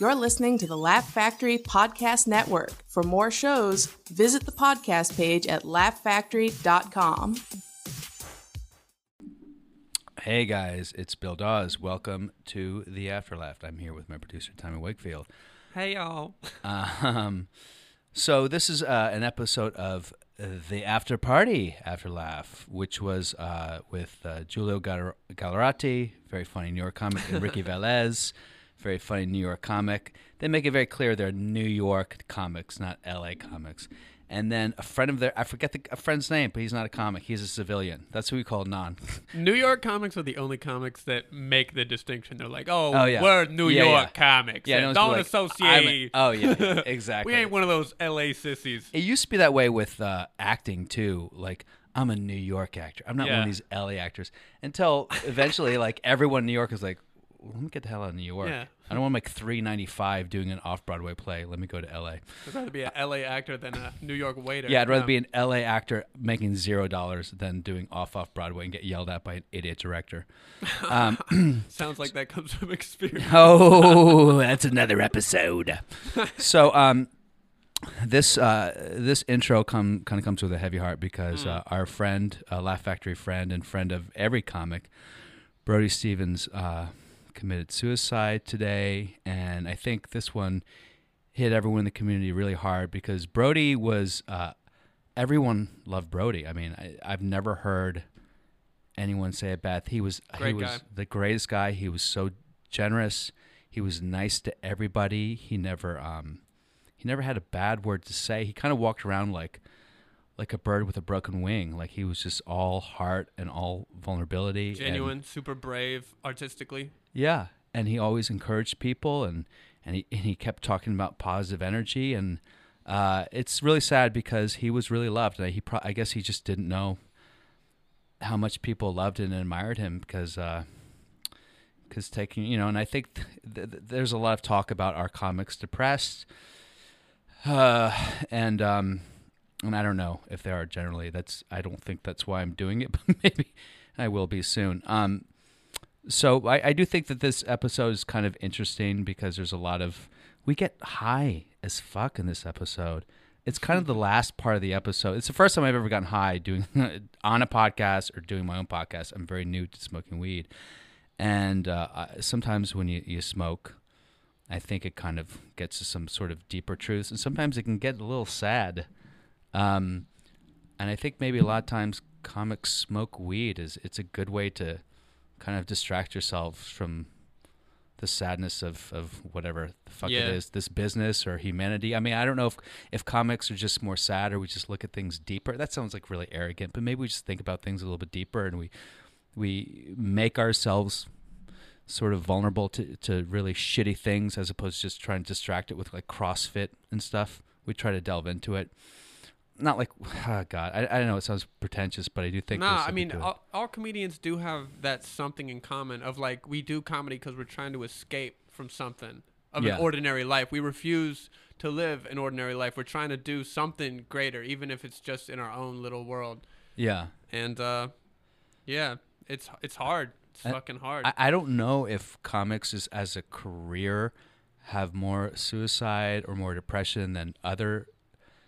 You're listening to the Laugh Factory Podcast Network. For more shows, visit the podcast page at laughfactory.com. Hey guys, it's Bill Dawes. Welcome to the Afterlaugh. I'm here with my producer Tommy Wakefield. Hey y'all. Um, so this is uh, an episode of the After Party Afterlaugh, which was uh, with uh, Giulio Gallar- Gallerati, very funny New York comic, and Ricky Velez, very funny New York comic. They make it very clear they're New York comics, not L.A. comics. And then a friend of their, I forget the a friend's name, but he's not a comic. He's a civilian. That's who we call non. New York comics are the only comics that make the distinction. They're like, oh, Oh, yeah. we're New Yeah, York yeah. comics. Yeah, and no one's don't like, I'm a- associate. oh, yeah, yeah, exactly. We ain't one of those LA sissies. It used to be that way with uh, acting too. Like I'm a New York actor. I'm not one Yeah. of these LA actors. Until eventually, like everyone in New York is like, let me get the hell out of New York. Yeah. I don't want to make 395 doing an off Broadway play. Let me go to LA. I'd rather be an LA actor than a New York waiter. Yeah, I'd rather Um, be an LA actor making zero dollars than doing off off Broadway and get yelled at by an idiot director. Sounds like that comes from experience. Oh, that's another episode. so, um, this uh, this intro come kind of comes with a heavy heart Mm. because uh, our friend, uh, Laugh Factory friend, and friend of every comic, Brody Stevens, uh, committed suicide today, and I think this one hit everyone in the community really hard because Brody was uh, everyone loved Brody. I mean, I, I've never heard anyone say it bad. He was he Great was guy. the greatest guy. He was so generous. He was nice to everybody. He never um he never had a bad word to say. He kind of walked around like like a bird with a broken wing. Like he was just all heart and all vulnerability. and- Genuine, super brave, artistically. yeah, and he always encouraged people, and and he and he kept talking about positive energy, and uh, it's really sad because he was really loved, and he pro- I guess he just didn't know how much people loved and admired him because. Uh, because taking you know, and I think th- th- th- there's a lot of talk about our comics depressed, uh, and um, and I don't know if they are generally. That's I don't think that's why I'm doing it, but maybe I will be soon. Um, so I, I do think that this episode is kind of interesting because there's a lot of we get high as fuck in this episode. It's kind of the last part of the episode. It's the first time I've ever gotten high doing on a podcast or doing my own podcast. I'm very new to smoking weed, and uh, I- sometimes when you, you smoke, I think it kind of gets to some sort of deeper truths, and sometimes it can get a little sad. Um, and I think maybe a lot of times comics smoke weed is it's a good way to kind of distract yourself from the sadness of, of whatever the fuck Yeah. it is, this business or humanity. I mean, I don't know if if comics are just more sad or we just look at things deeper. That sounds like really arrogant, but maybe we just think about things a little bit deeper and we we make ourselves sort of vulnerable to, to really shitty things as opposed to just trying to distract it with like CrossFit and stuff. We try to delve into it. Not like, oh God, I, I don't know. It sounds pretentious, but I do think. Nah, there's I something mean, uh, to it. all, all comedians do have that something in common of like we do comedy because we're trying to escape from something of Yeah. an ordinary life. We refuse to live an ordinary life. We're trying to do something greater, even if it's just in our own little world. yeah. And uh, yeah, it's it's hard. It's And fucking hard. Uh, I, I don't know if comics is, as a career have more suicide or more depression than other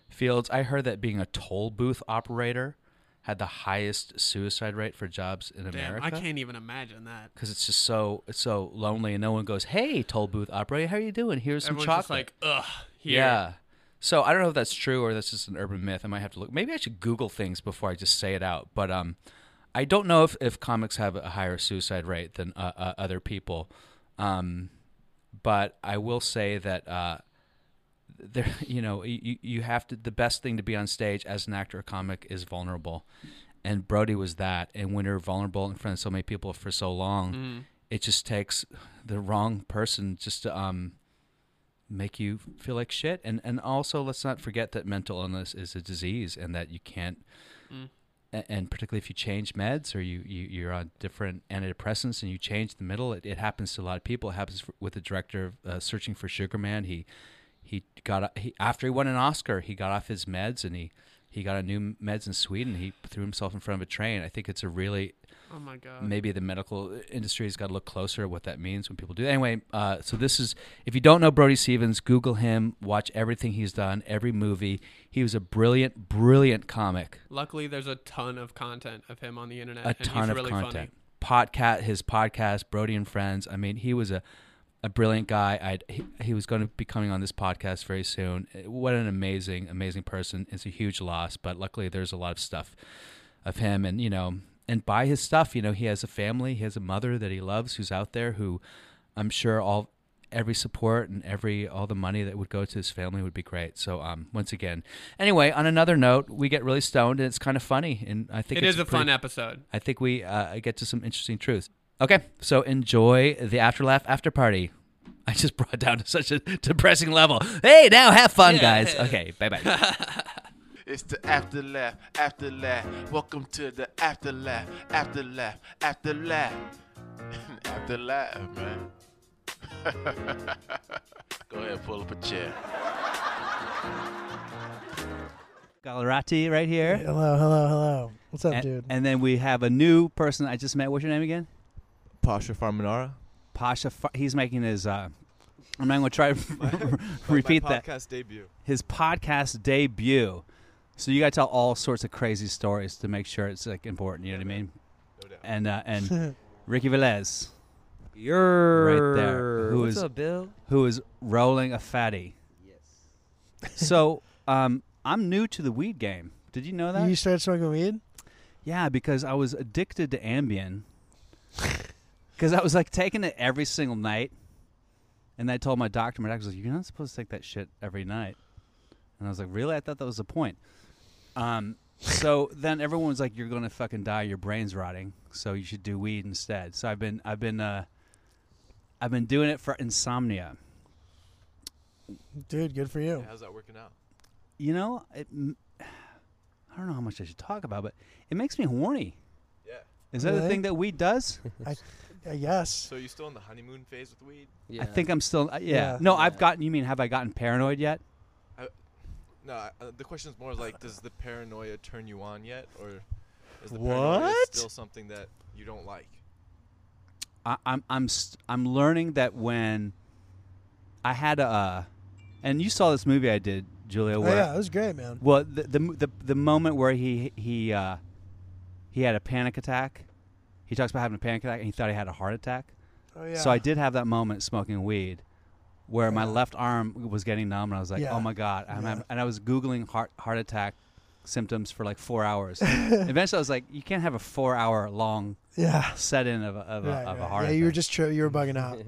fields. I heard that being a toll booth operator had the highest suicide rate for jobs in Damn, America. I can't even imagine that. because it's just so it's so lonely and no one goes hey toll booth operator how are you doing here's Everyone's some chocolate just like, ugh. Here. yeah so i don't know if that's true or that's just an urban myth i might have to look maybe i should google things before i just say it out but um i don't know if, if comics have a higher suicide rate than uh, uh, other people um but i will say that uh there you know you, you have to the best thing to be on stage as an actor or comic is vulnerable and brody was that and when you're vulnerable in front of so many people for so long it just takes the wrong person just to um make you feel like shit and and also let's not forget that mental illness is a disease and that you can't a- and particularly if you change meds or you, you you're on different antidepressants and you change the middle it, it happens to a lot of people it happens f- with the director of uh, searching for sugar man he he got a- he after he won an oscar he got off his meds and he he got a new meds in sweden he threw himself in front of a train i think it's a really Oh my god. maybe the medical industry has got to look closer at what that means when people do that. Anyway, uh, so this is if you don't know Brody Stevens, Google him, watch everything he's done, every movie. He was a brilliant, brilliant comic. Luckily, there's a ton of content of him on the internet. A uh, and ton he's of really Funny. content. Podcast, his podcast, Brody and Friends. I mean, he was a a brilliant guy. I'd, he, he was going to be coming on this podcast very soon. Eh, What an amazing, amazing person. It's a huge loss, but luckily there's a lot of stuff of him and you know and buy his stuff you know he has a family he has a mother that he loves who's out there who i'm sure all every support and every all the money that would go to his family would be great so um once again anyway on another note we get really stoned and it's kind of funny and i think It it's is a pretty- fun episode. i think we uh, get to some interesting truths okay so enjoy the after laugh after party i just brought down to such a depressing level hey now have fun guys okay bye bye It's the after laugh, after laugh. Welcome to the after laugh, after laugh, after laugh, after laugh, man. Go ahead, pull up a chair. Gallerati right here. Hello, hello, hello. What's up, And, dude? and then we have a new person I just met. What's your name again? Pasha Farmanara. Pasha. Fa- he's making his. Uh, I'm not going to try to repeat My that. Podcast debut. His podcast debut. So you got to tell all sorts of crazy stories to make sure it's like important. You know what I mean? No doubt. And uh, and Ricky Velez, You're Right there. Who What's is- up, Bill? who is rolling a fatty. Yes. so um, I'm new to the weed game. Did you know that? you started smoking weed? Yeah, because I was addicted to Ambien. Because I was like taking it every single night, and I told my doctor, my doctor was like, "You're not supposed to take that shit every night." And I was like, "Really? I thought that was the point." Um, so then everyone was like, "You're gonna fucking die. Your brain's rotting. So you should do weed instead." So I've been, I've been, uh, I've been doing it for insomnia. Dude, good for you. How's that working out? You know, it, m- I don't know how much I should talk about, but it makes me horny. Yeah. Is that the Really? thing that weed does? Uh, yes. So you still in the honeymoon phase with weed? Yeah. I think I'm still. Uh, yeah. Yeah. No, I've gotten. You mean have I gotten paranoid yet? No, I- uh, the question is more like, does the paranoia turn you on yet, or is the paranoia What? still something that you don't like? I, I'm. I'm. St- I'm learning that when I had a, uh, and you saw this movie I did, Julia. Oh, Where yeah, it was great, man. well, the, the m- the the moment where he he uh, he had a panic attack. He talks about having a panic attack, and he thought he had a heart attack. Oh, yeah. So I did have that moment smoking weed, where my Yeah. left arm was getting numb, and I was like, Yeah. "Oh my god!" I'm Yeah. having, and I was googling heart heart attack symptoms for like four hours. Eventually, I was like, "You can't have a four hour long Yeah. set in of a, of a, Right, of a right. heart." yeah, you were attack." just tri- you were bugging out.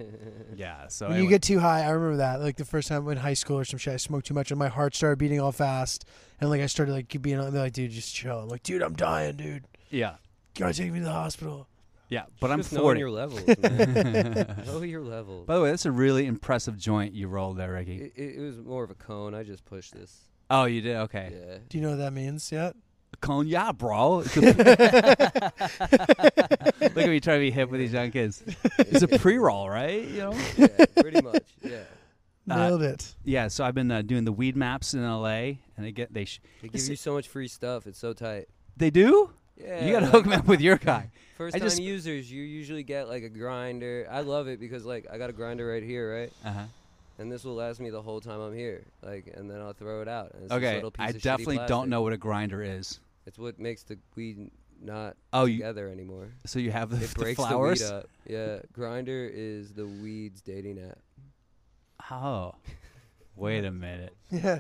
yeah. So when you get too high, I remember that. Like the first time in high school or some shit, I smoked too much and my heart started beating all fast, and like I started like being they're like, dude, just chill. I'm like, dude, I'm dying, dude. yeah Gotta take me to the hospital. yeah. But I'm Just knowing forty. your levels. man. know your levels. By the way, that's a really impressive joint you rolled there, Ricky. it, it, it was more of a cone. I just pushed this. Oh, you did. Okay. Yeah. Do you know what that means yet? Cone, yeah, bro. It's a- Look at me trying to be hip with these young kids. It's a pre-roll, right? You know. yeah pretty much. Yeah. Uh, Nailed it. Yeah, so I've been uh, doing the weed maps in LA, and they get they sh- They give Is you it- so much free stuff. It's so tight. they do. Yeah. you got to like, hook me up with your guy. First I time just- users, you usually get like a grinder. I love it because like I got a grinder right here, right? Uh-huh. And this will last me the whole time I'm here. Like, and then I'll throw it out. And it's this Okay, little piece I of shitty definitely don't plastic. know what a grinder is. It's what makes the weed not Oh, you, together anymore. so you have the, It the breaks flowers. the weed up. Yeah, Grinder is the weeds dating app. Oh, wait a minute. Yeah.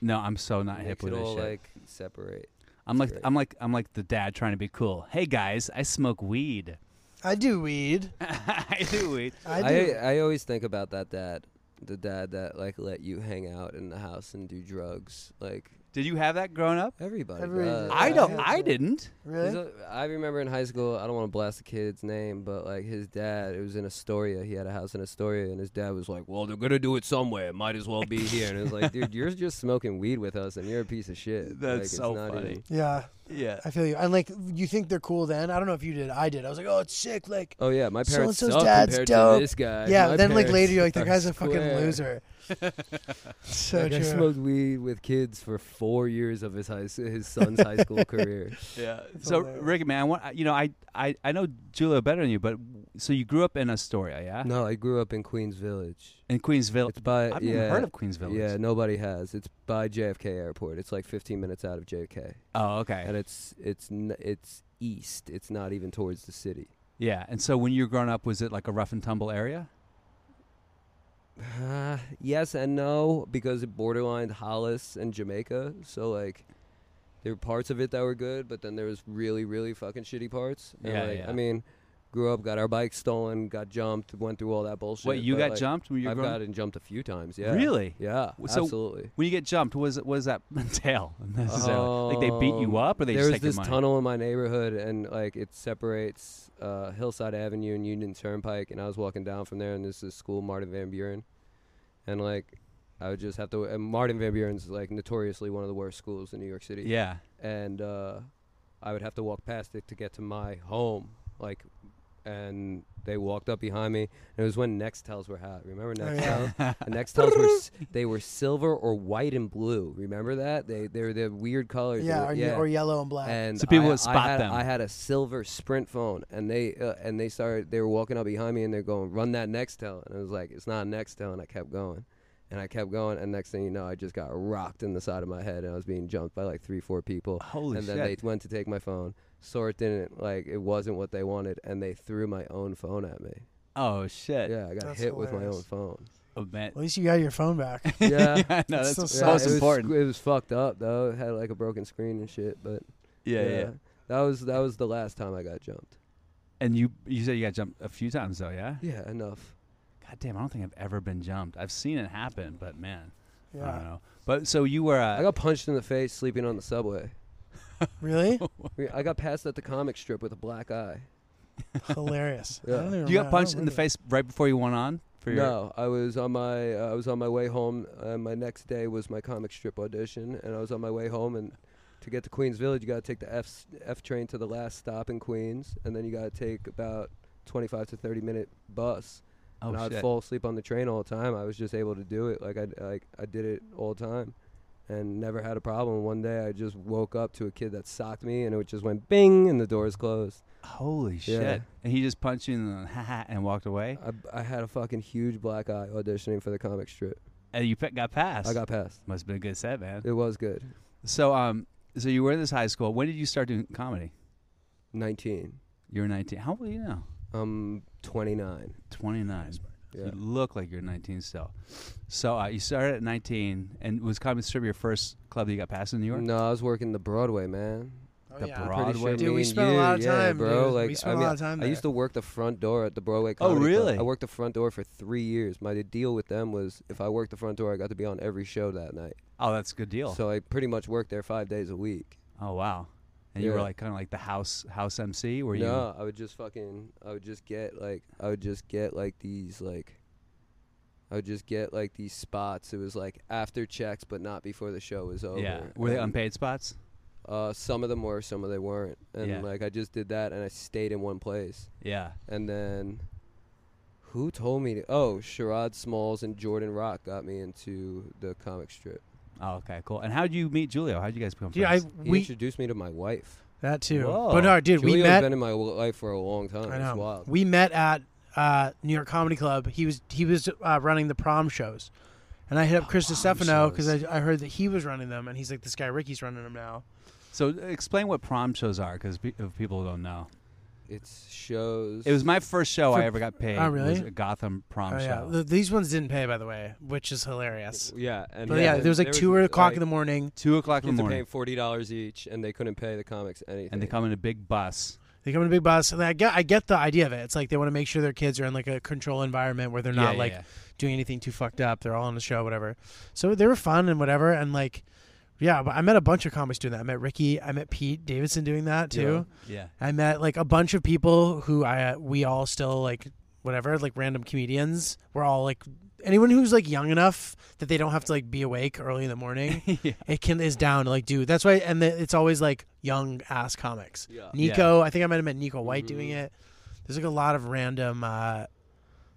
No, I'm so not It hip makes with it this all shit. like separate. I'm like great. I'm like I'm like the dad trying to be cool. Hey guys, I smoke weed. I do weed. I do weed. I do. uh, I, I always think about that dad, the dad that like let you hang out in the house and do drugs. Like Did you have that growing up? everybody. Every- does. I Yeah, don't. I had I that. didn't. really? There's a- I remember in high school, I don't want to blast the kid's name, but like his dad, it was in Astoria. He had a house in Astoria, and his dad was like, "Well, they're gonna do it somewhere. It might as well be here." And it was like, "Dude, you're just smoking weed with us, and you're a piece of shit." That's Like, it's so not funny. even- yeah. Yeah. I feel you. And like you think they're cool then. I don't know if you did. I did. I was like, oh, it's sick. Like, Oh yeah, my parents So-and-so's suck dad's compared dope. to this guy. yeah. My Then like later parents you're like, that are guy's a fucking square. loser. so Like, I true. smoked weed with kids for four years of his high, s- his son's high school career. Yeah. So hilarious. Ricky, man, I want, you know, I, I I know Julia better than you, but so you grew up in Astoria, yeah, No, I grew up in Queens Village. in Queensville. It's by I've yeah, never heard of Queens Village. Yeah, nobody has. It's by JFK Airport. It's like 15 minutes out of JFK, Oh, okay. and it's it's n- it's east. It's not even towards the city. yeah, and so when you were growing up, was it like a rough and tumble area? Uh, yes and no because it borderlined Hollis and Jamaica. So like, there were parts of it that were good, but then there was really really fucking shitty parts. And, Yeah, like, yeah. I mean, grew up, got our bikes stolen, got jumped, went through all that bullshit. Wait, you but, got like, jumped when you were I've growing gotten jumped a few times. Yeah. Really? Yeah. W- so- absolutely. When you get jumped, what, is it, what does that entail? necessarily? like they beat Um, you up, or they there just was take this your money? tunnel in my neighborhood, and like it separates uh, Hillside Avenue and Union Turnpike. And I was walking down from there, and this is school Martin Van Buren, and like I would just have to. And Martin Van Buren's like notoriously one of the worst schools in New York City. Yeah, and uh, I would have to walk past it to get to my home, like. And they walked up behind me, and it was when Nextels were hot. Remember Oh, Nextels? And Nextels were s- they were silver or white and blue. Remember that? They they were the weird colors. They Yeah, were- or, ye- or yellow and black. and So people I, would spot I had, them. I had a silver Sprint phone, and they uh, and they started. They were walking up behind me, and they're going, "Run that Nextel," and I was like, "It's not a Nextel," and I kept going, and I kept going, and next thing you know, I just got rocked in the side of my head, and I was being jumped by like three, four people. Holy And then shit. they went to take my phone. Saw it didn't like it wasn't what they wanted, and they threw my own phone at me. Oh shit! Yeah, I got That's hit with my hilarious. own phone. Oh man. At least you got your phone back. Yeah. yeah, no, that's It's so most sad. Yeah, it was- important. It was fucked up though. It had like a broken screen and shit, but yeah, yeah, yeah. That was that was the last time I got jumped. And you you said you got jumped a few times though, yeah? Yeah, enough. God damn, I don't think I've ever been jumped. I've seen it happen, but man, I don't Yeah. know. But so you were uh, I got punched in the face sleeping on the subway. Really? We- I got passed at the comic strip with a black eye. Hilarious. I Yeah. don't even you got remember- I don't punched in the remember. face right before you went on for your No, I was on my uh, I was on my way home. Uh, my next day was my comic strip audition, and I was on my way home. And to get to Queens Village, you got to take the F s- F train to the last stop in Queens, and then you got to take about twenty five to thirty minute bus. oh and I'd shit. fall asleep on the train all the time. I was just able to do it. Like I like I did it all the time, and never had a problem. One day I just woke up to a kid that socked me, and it just went bing, and the doors closed. Holy shit! And he just punched you in the ha and walked away, I, I had a fucking huge black eye auditioning for the comic strip. and you pe- got passed. I got passed. must have been a good set, man. It was good. So um, so you were in this high school. When did you start doing comedy? Nineteen. You were 19. How old are you now? I'm 29. 29. Yeah. You look like you're 19 still. So uh, you started at 19, and was Comedy Strip your first club that you got passed in New York? No, I was working the Broadway, man. Oh, the yeah. I'm pretty Broadway? sure Dude, me we and spent a you- lot of yeah, time, bro. dude. Like, We spent a I mean, lot of time I used there. to work the front door at the Broadway. Oh, Comedy Club. really? I worked the front door for three years. My deal with them was if I worked the front door, I got to be on every show that night. Oh, that's a good deal. So I pretty much worked there five days a week. oh wow. And you were Yeah. like kind of like the house house MC, where No, I would just fucking, I would just get like, I would just get like these like, I would just get like these spots. It was like after checks, but not before the show was over. you yeah were they And- unpaid spots? Uh, some of them were, some of they weren't. And Yeah. like I just did that, and I stayed in one place. Yeah. And then, who told me? To, oh, Sherrod Smalls and Jordan Rock got me into the comic strip. Oh, okay, cool. And how did you meet Julio? How did you guys become Dude, I friends? He we introduced me to my wife. that too. Whoa. But no, dude, Julio's we met. been in my w- life for a long time. I It's know. wild. We met at uh, New York Comedy Club. He was he was uh, running the prom shows, and I hit Oh, up Chris DeStefano because I, I heard that he was running them, and he's like, "This guy Ricky's running them now." so explain what prom shows are, because if people don't know, it's shows. it was my first show For- I ever got paid. Oh, really? Was a Gotham prom oh yeah, show. Th- these ones didn't pay, by the way, which is hilarious. yeah, and But yeah, there was like two o'clock in the morning. Two o'clock in Kids the are morning, paying forty dollars each, and they couldn't pay the comics anything. and they come in a big bus. They come in a big bus, and I get I get the idea of it. It's like they want to make sure their kids are in like a control environment where they're Yeah, not yeah, like yeah. doing anything too fucked up. They're all on the show, whatever. So they were fun and whatever, and like. Yeah, but I met a bunch of comics doing that. I met Ricky. I met Pete Davidson doing that too. Yeah. yeah. I met like a bunch of people who I we all still like whatever like random comedians. We're all like anyone who's like young enough that they don't have to like be awake early in the morning, Yeah. it can is down to like do. That's why, and the, it's always like young ass comics. Yeah. Mm-hmm. Nico, I think I might have met Nico White doing it. There's like a lot of random uh,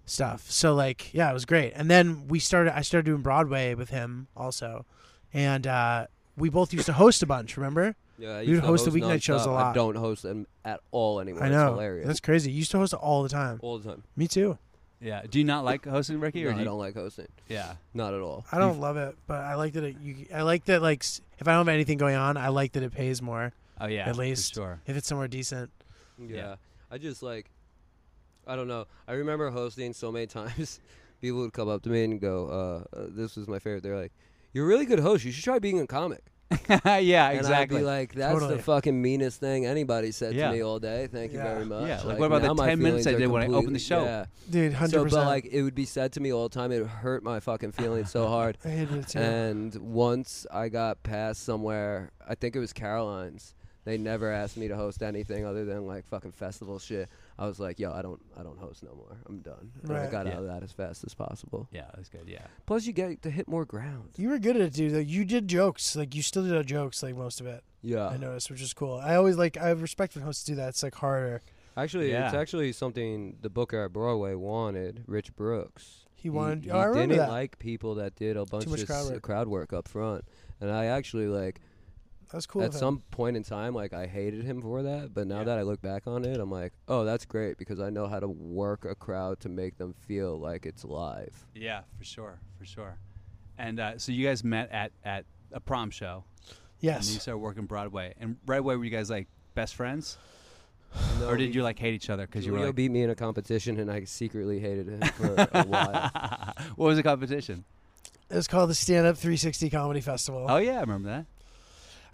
stuff. So like, yeah, it was great. And then we started. I started doing Broadway with him also, and uh, we both used to host a bunch. Remember? Yeah, I You'd used to host the weeknight nonstop. shows a lot. I don't host them at all anymore. I know. It's hilarious. That's crazy. You used to host all the time. all the time. Me too. Yeah. Do you not like hosting, Ricky? No, or do I you, don't like hosting. Yeah. Not at all. I don't love it, but I like that it. You, I like that like s- if I don't have anything going on, I like that it pays more Oh yeah. at for least Sure. if it's somewhere decent. Yeah. I just like, I don't know. I remember hosting so many times. People would come up to me and go, uh, uh, "This was my favorite." They're like, "You're a really good host. You should try being a comic." yeah. And Exactly. I'd be like, "That's Totally. the fucking meanest thing anybody said Yeah. to me all day. Thank Yeah. you very much." Yeah, like, what about the now my 10 minutes feelings I are did when I opened the completely- show? Yeah. Dude, hundred So, but percent. like, it would be said to me all the time. It would hurt my fucking feelings so hard. I hated it too. And once I got past somewhere, I think it was Caroline's. They never asked me to host anything other than like fucking festival shit. I was like, yo, I don't, I don't host no more. I'm done. And I Right. got Yeah. out of that as fast as possible. yeah. That's good. Yeah. Plus, you get to hit more ground. you were good at it, dude. Like, you did jokes. Like you still did jokes. Like most of it, Yeah. I noticed, which is cool. I always like. I respect when hosts do that. It's like harder. Actually, it's Yeah. actually something the booker at Broadway wanted. Rich Brooks. He wanted. He, oh, I remember didn't that. like people that did a bunch much of crowd s- work. crowd work up front. And I actually like that was cool. at of him. some point in time, like I hated him for that, but now that I look back on it, I'm like, oh, that's great because I know how to work a crowd to make them feel like it's live. Yeah. For sure. For sure. And uh, so you guys met at at a prom show. And you yes. started working Broadway. And right away, were you guys like best friends, No, or did you like hate each other because you were? Like, beat me in a competition, and I secretly hated him for a while. what was the competition? It was called the Stand Up 360 Comedy Festival. Oh yeah, I remember that.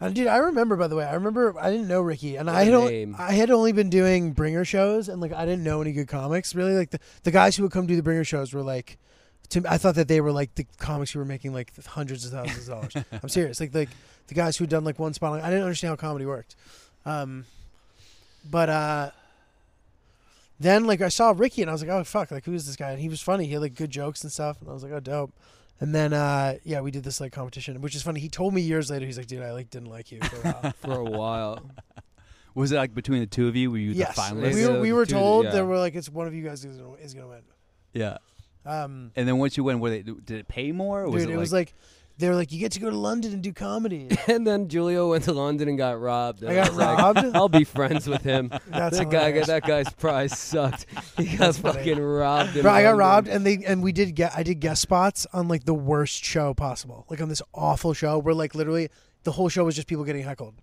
And dude, I remember by the way, I remember I didn't know Ricky, and I a had only, name. I had only been doing bringer shows, and like I didn't know any good comics really. Like the, the guys who would come do the bringer shows were like, to I thought that they were like the comics who were making like hundreds of thousands of dollars. I'm serious, like like the guys who'd done like one spot. on- I didn't understand how comedy worked, um, but uh, then like I saw Ricky, and I was like, oh fuck, like who's this guy? And he was funny. He had like good jokes and stuff, and I was like, oh dope. And then, uh, yeah, we did this like competition, which is funny. He told me years later, he's like, "Dude, I like didn't like you." For a while. for a while. Was it like between the two of you? Were you yes, the finalist? we Yeah, were, we were dude, told yeah. that we're like, it's one of you guys is gonna, is gonna win. yeah. Um, And then once you went, were they, did it pay more? Or dude, was it, it, was like they were like, "You get to go to London and do comedy." and then Julio went to London and got robbed. and I got was like, robbed? I'll be friends with him. That's that guy, hilarious. that guy's prize sucked. He got funny. fucking robbed. in Bro, I got London. robbed, and they and we did get I did guest spots on like the worst show possible, like on this awful show where like literally the whole show was just people getting heckled,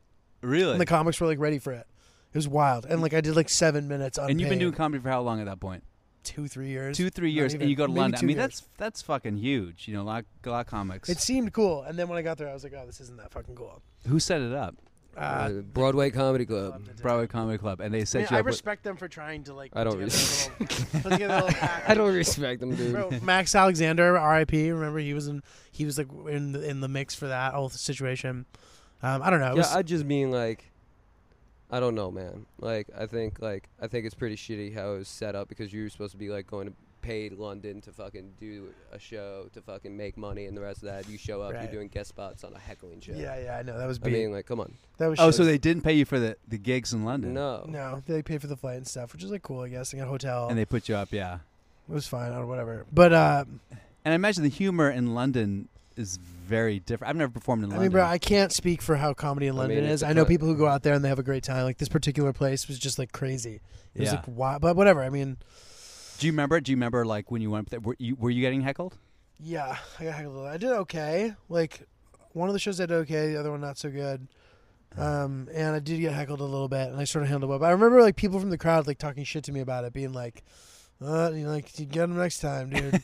really? and the comics were like ready for it. It was wild, and like I did like seven minutes on. and you've been doing comedy for how long at that point? two, three years, Two, three Not years, even. and you go to Maybe London. I two mean, years. that's that's fucking huge. You know, a lot, a lot of comics. It seemed cool, and then when I got there, I was like, "Oh, this isn't that fucking cool." Who set it up? Uh, Uh, Broadway Comedy Club. Broadway Comedy Club, and they set man, you I up. with- respect them for trying to like. I don't put together a little- put together a little package. I don't respect him, dude. Bro, Max Alexander, R.I.P. Remember, he was in he was like in the, in the mix for that whole situation. Um, I don't know. It yeah, was, I just mean like, I don't know, man. Like, I think like I think it's pretty shitty how it was set up because you were supposed to be like going to paid London to fucking do a show to fucking make money and the rest of that. You show up, Right. you're doing guest spots on a heckling show. yeah, yeah, I know that was I beat. mean, like, come on. that was oh, shit. so they didn't pay you for the, the gigs in London? No. no, they paid for the flight and stuff, which is like cool, I guess. They got a hotel. And they put you up, yeah. it was fine or whatever. But uh, And I imagine the humor in London is very different. I've never performed in I London. mean, bro, I can't speak for how comedy in I London mean, is. it's a I know cut. people who go out there and they have a great time. Like this particular place was just like crazy. It was Yeah. like wow, but whatever. I mean, Do you remember? Do you remember like when you went up there? Were you, were you getting heckled? Yeah, I got heckled. a lot. I did okay. Like one of the shows I did okay, the other one not so good. Um, and I did get heckled a little bit, and I sort of handled it. But I remember like people from the crowd like talking shit to me about it, being like, "Uh, you know, like you get them next time, dude."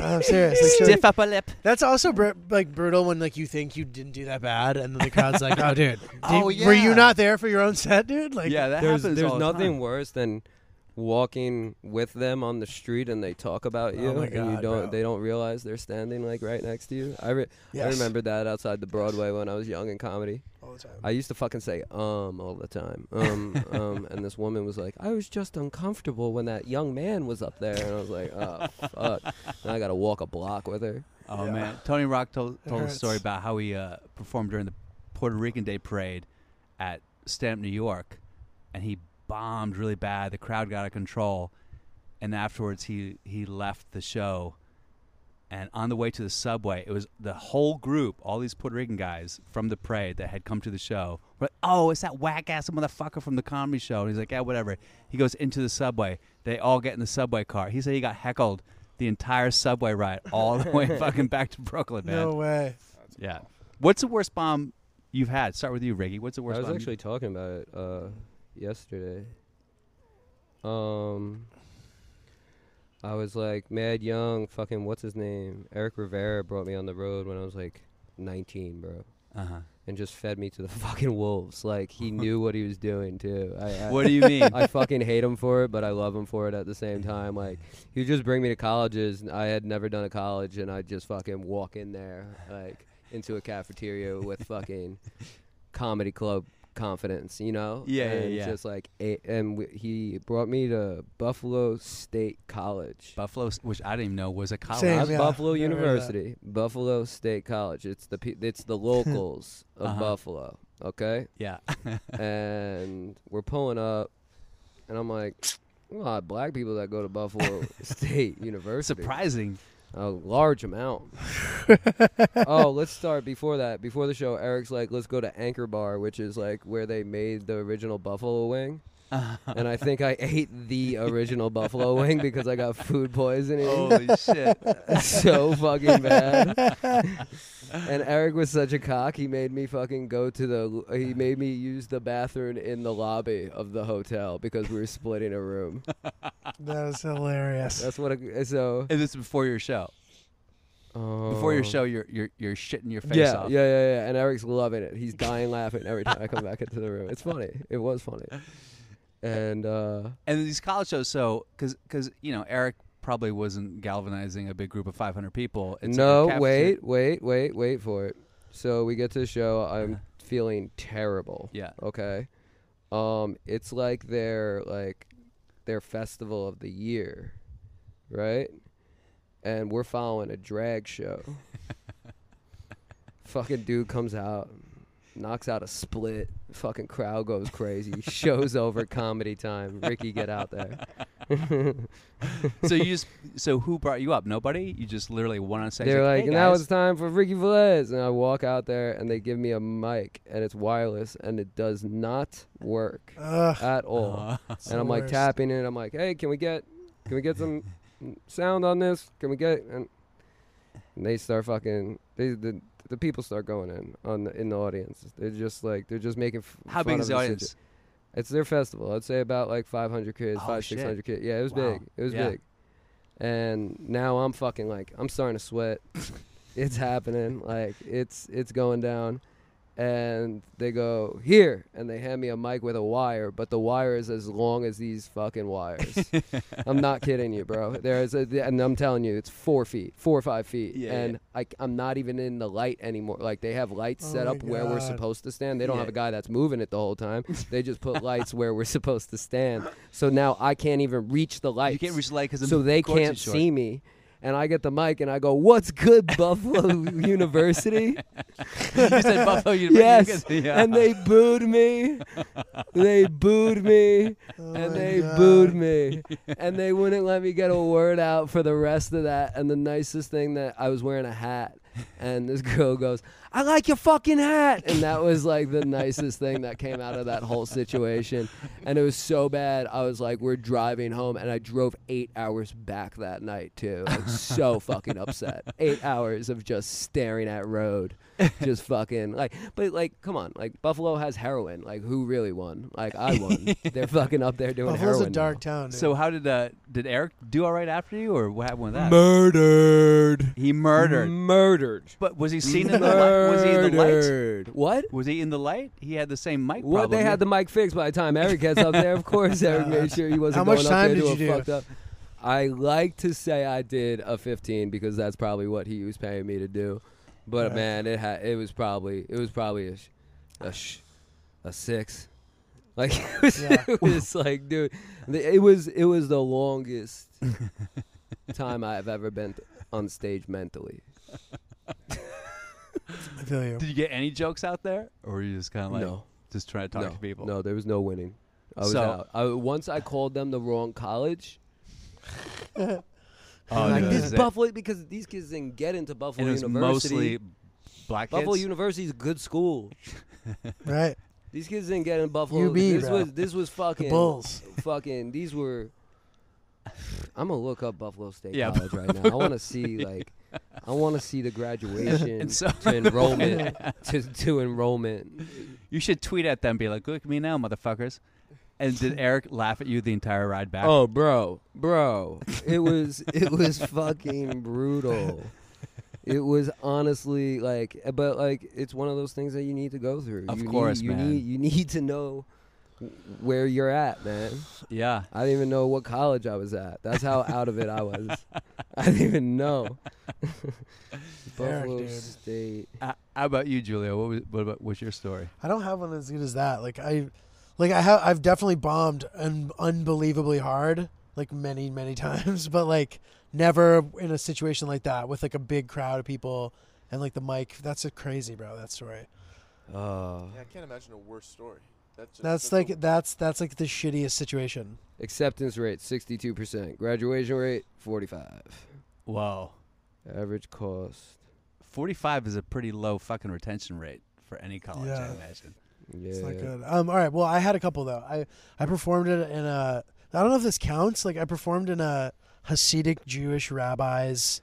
I'm serious. Like, so- upper lip. that's also br- like brutal when like you think you didn't do that bad, and then the crowd's like, "Oh, dude, did- Oh, were yeah. you not there for your own set, dude?" Like, Yeah, that there's happens. there's all the nothing time. worse than walking with them on the street and they talk about you Oh my and you God, don't bro. they don't realize they're standing like right next to you. I re- Yes. I remember that outside the Broadway when I was young in comedy. all the time. I used to fucking say um all the time. Um um and this woman was like, "I was just uncomfortable when that young man was up there." And I was like, "Oh fuck." Now I got to walk a block with her. Oh Yeah. man, Tony Rock told, It told a hurts. story about how he uh, performed during the Puerto Rican Day Parade at Stamp, New York, and he bombed really bad. The crowd got out of control, and afterwards he he left the show. And on the way to the subway, it was the whole group, all these Puerto Rican guys from the parade that had come to the show. Were like, oh, it's that whack ass motherfucker from the comedy show. And he's like, yeah, whatever. He goes into the subway. They all get in the subway car. He said he got heckled the entire subway ride all the way fucking back to Brooklyn, man. No way. yeah. What's the worst bomb you've had? Start with you, Riggy. What's the worst I was bomb? actually talking about it uh, yesterday. Um, I was like mad young, fucking what's his name? Eric Rivera brought me on the road when I was like 19, bro, uh-huh. and just fed me to the fucking wolves. Like he knew what he was doing too. I, I, What do you mean? I fucking hate him for it, but I love him for it at the same time. Like he would just bring me to colleges. and I had never done a college, and I'd just fucking walk in there like into a cafeteria with fucking comedy club confidence, you know? Yeah, yeah, and yeah. Just like a- and w- he brought me to Buffalo State College. Buffalo, which I didn't even know was a college. Same, Not yeah. Buffalo never heard of that. University, Buffalo State College. It's the pe- it's the locals of Uh-huh. Buffalo. Okay, Yeah. and we're pulling up, and I'm like, a lot of black people that go to Buffalo State University. Surprising. A large amount. oh, let's start before that. Before the show, Eric's like, let's go to Anchor Bar, which is like where they made the original Buffalo Wing. and I think I ate the original Buffalo Wing because I got food poisoning Holy shit. so fucking bad. and Eric was such a cock. He made me fucking go to the. He made me use the bathroom in the lobby of the hotel because we were splitting a room. That was hilarious. That's what. A, so And this is before your show. Before your Oh. show, you're you're you're shitting your face Yeah, off. yeah, yeah, yeah. And Eric's loving it. He's dying laughing every time I come back into the room. It's funny. It was funny. And uh, And these college shows, so because you know Eric probably wasn't galvanizing a big group of 500 people. It's no, like a cafeteria- wait, wait, wait, wait for it. So we get to the show. I'm feeling terrible. Yeah. Okay. Um, it's like their like their festival of the year, right? And we're following a drag show. fucking dude comes out, knocks out a split. Fucking crowd goes crazy. Show's over. Comedy time. Ricky, get out there. so you just so who brought you up? Nobody. You just literally went on stage. They're like, "Hey, now guys." it's time for Ricky Velez. And I walk out there and they give me a mic and it's wireless and it does not work Ugh, at all. Uh-huh. it's and the I'm like worst. tapping it. I'm like, hey, can we get can we get some sound on this? Can we get and, and they start fucking they the the people start going in on the, in the audience. They're just like they're just making. F- How fun big of is the situ- audience? it's their festival. I'd say about like 500 kids, Oh, five shit. 600 kids. Yeah, it was Wow. big. It was Yeah. big. And now I'm fucking like I'm starting to sweat. it's happening. Like it's it's going down. And they go here, and they hand me a mic with a wire, but the wire is as long as these fucking wires. I'm not kidding you, bro. There is, a, and I'm telling you, it's four feet, four or five feet, Yeah, and I, I'm not even in the light anymore. Like they have lights Oh set my up where we're God. supposed to stand. They don't have Yeah. a guy that's moving it the whole time. They just put lights where we're supposed to stand. So now I can't even reach the lights. You can't reach the light because so they can't see me. And I get the mic and I go, "What's good, Buffalo you University?" said Buffalo University. yes, and they booed me. They booed me Oh and my they God. booed me and they wouldn't let me get a word out for the rest of that and the nicest thing that i was wearing a hat and this girl goes i like your fucking hat and that was like the nicest thing that came out of that whole situation and it was so bad i was like we're driving home and i drove eight hours back that night too i was so fucking upset eight hours of just staring at road just fucking like but like come on like buffalo has heroin like who really won like i won they're fucking up there doing Buffalo's heroin a now. dark town. Dude. So how did uh, did Eric do all right after you, or what happened with that? murdered he murdered. murdered But was he seen in the light? Was he in the light? Murdered. what Was he in the light? He had the same mic. what problem. they had the mic fixed by the time Eric gets up there. Of course, Eric made sure he wasn't. How much going time up there did doing you do? Fucked up. I like to say I did a 15 because that's probably what he was paying me to do. But Right. man, it had it was probably it was probably a sh- a sh- a six. Like it was, Yeah. it was like, dude, the- it was it was the longest time I've ever been t- on stage mentally. I feel you. Did you get any jokes out there, or were you just kind of like no, just trying to talk no, to people? no, there was no winning. I was So- out. I, once I called them the wrong college. Oh, dude, like this this is it. Buffalo because these kids didn't get into Buffalo And it was University. mostly black kids. Buffalo University is a good school. Right. These kids didn't get in Buffalo. UB, this bro. was this was The fucking Bulls. fucking these were I'm gonna look up Buffalo State Yeah, College right now. I want to see like I want to see the graduation And so- to enrollment to, to enrollment. you should tweet at them, be like, "Look at me now, motherfuckers." And did Eric laugh at you the entire ride back? Oh, bro, bro, it was it was fucking brutal. It was honestly like, eh, but like it's one of those things that you need to go through. Of you course, need, you man. need you need to know where you're at, man. yeah. I didn't even know what college I was at. That's how out of it I was. I didn't even know. Buffalo dude. State. Uh, how about you, Julia? What was what about, what's your story? I don't have one as good as that. Like I, like I have. I've definitely bombed un- unbelievably hard, like many many times, but like never in a situation like that with like a big crowd of people and like the mic. That's a crazy, bro. That story. Oh. Yeah, I can't imagine a worse story. That's, just, That's the- like that's that's like the shittiest situation. Acceptance rate 62%. Graduation rate 45. Whoa, Average cost. forty-five is a pretty low fucking retention rate for any college, I Yeah. imagine. Yeah. It's not good. Um, all right. Well, I had a couple though. I I performed it in a. I don't know if this counts. Like I performed in a Hasidic Jewish rabbi's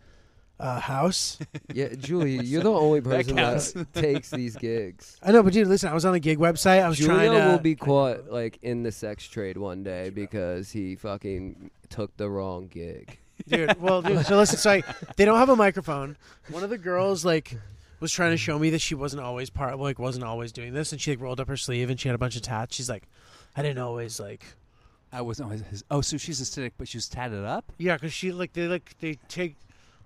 uh, house. Yeah, Julie, you're the only person that, counts. takes these gigs. I know, but dude, listen. I was on a gig website. I was Julia trying to. will be caught like in the sex trade one day because he fucking took the wrong gig. dude. Well, dude. So listen. So I, they don't have a microphone. One of the girls like was trying to show me that she wasn't always part. Like wasn't always doing this, and she like rolled up her sleeve and she had a bunch of tats. She's like, I didn't always like. I wasn't always his. Oh, so she's acidic, but she was tatted up. Yeah, because she like they like they take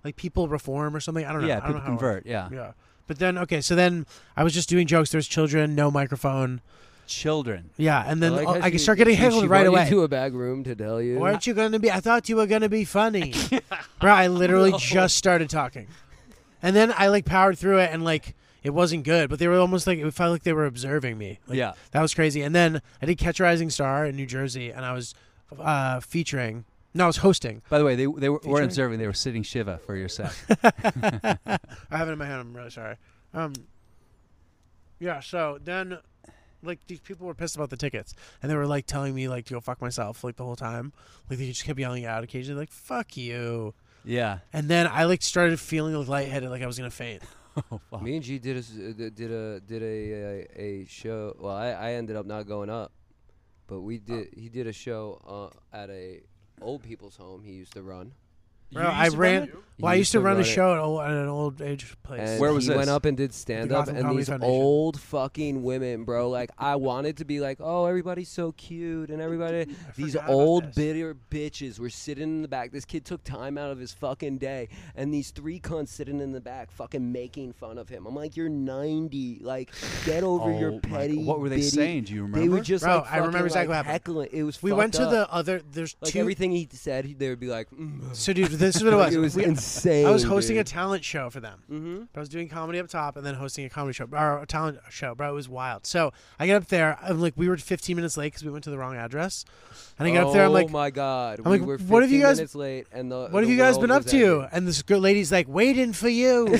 like people reform or something. I don't know. yeah, I don't people know how it works. convert. Yeah. Yeah. But then okay, so then I was just doing jokes. There's children, no microphone. children. Yeah, and then I like I, how I she- start getting she- heckled she right brought you away. to a back room to tell you. Why aren't you gonna be? I thought you were gonna be funny, bro. I literally just started talking, and then I like powered through it, and like it wasn't good, but they were almost like it felt like they were observing me. Like, yeah. that was crazy. And then I did Catch a Rising Star in New Jersey, and I was uh, featuring. No, I was hosting. By the way, they they were, were Featuring? observing. They were sitting shiva for your set. I have it in my head. I'm really sorry. Um, yeah. So then, like these people were pissed about the tickets, and they were like telling me like to go fuck myself like the whole time. Like they just kept yelling out occasionally like fuck you. yeah. And then I like started feeling like lightheaded, like I was gonna faint. Oh, fuck. Me and G did a s- uh, d- did a did a a, a show. Well, I, I ended up not going up, but Oh. we did. he did a show uh, at a old people's home he used to run. Bro, I ran. Well, I He used to run a it, show at, old, at an old age place. and Where was he went this? up and did stand up, Gotham and Comedy these Foundation. old fucking women, bro. Like I wanted to be like, oh, everybody's so cute, and everybody. These forgot about old this. bitter bitches were sitting in the back. This kid took time out of his fucking day, and these three cunts sitting in the back, fucking making fun of him. I'm like, you're 90. Like, get over Oh your my petty. God. What were they bitty- saying? Do you They remember? were just Bro, like, I remember fucking, exactly like, what happened. heckling. It was. we fucked went to up. the other. There's like two. everything he said. They would be like, mm. So dude, this is what it Like, was. it was We- insane. I was hosting a dude. talent show for them. Mhm. I was doing comedy up top and then hosting a comedy show, or a talent show, bro. It was wild. So I get up there. I'm like, we were 15 minutes late because we went to the wrong address. And I get up there. I'm Oh like, my god! I'm we like, were what have you 15 guys- minutes late, and the what have the you guys world been up was to? ending. And this good lady's like, waiting for you.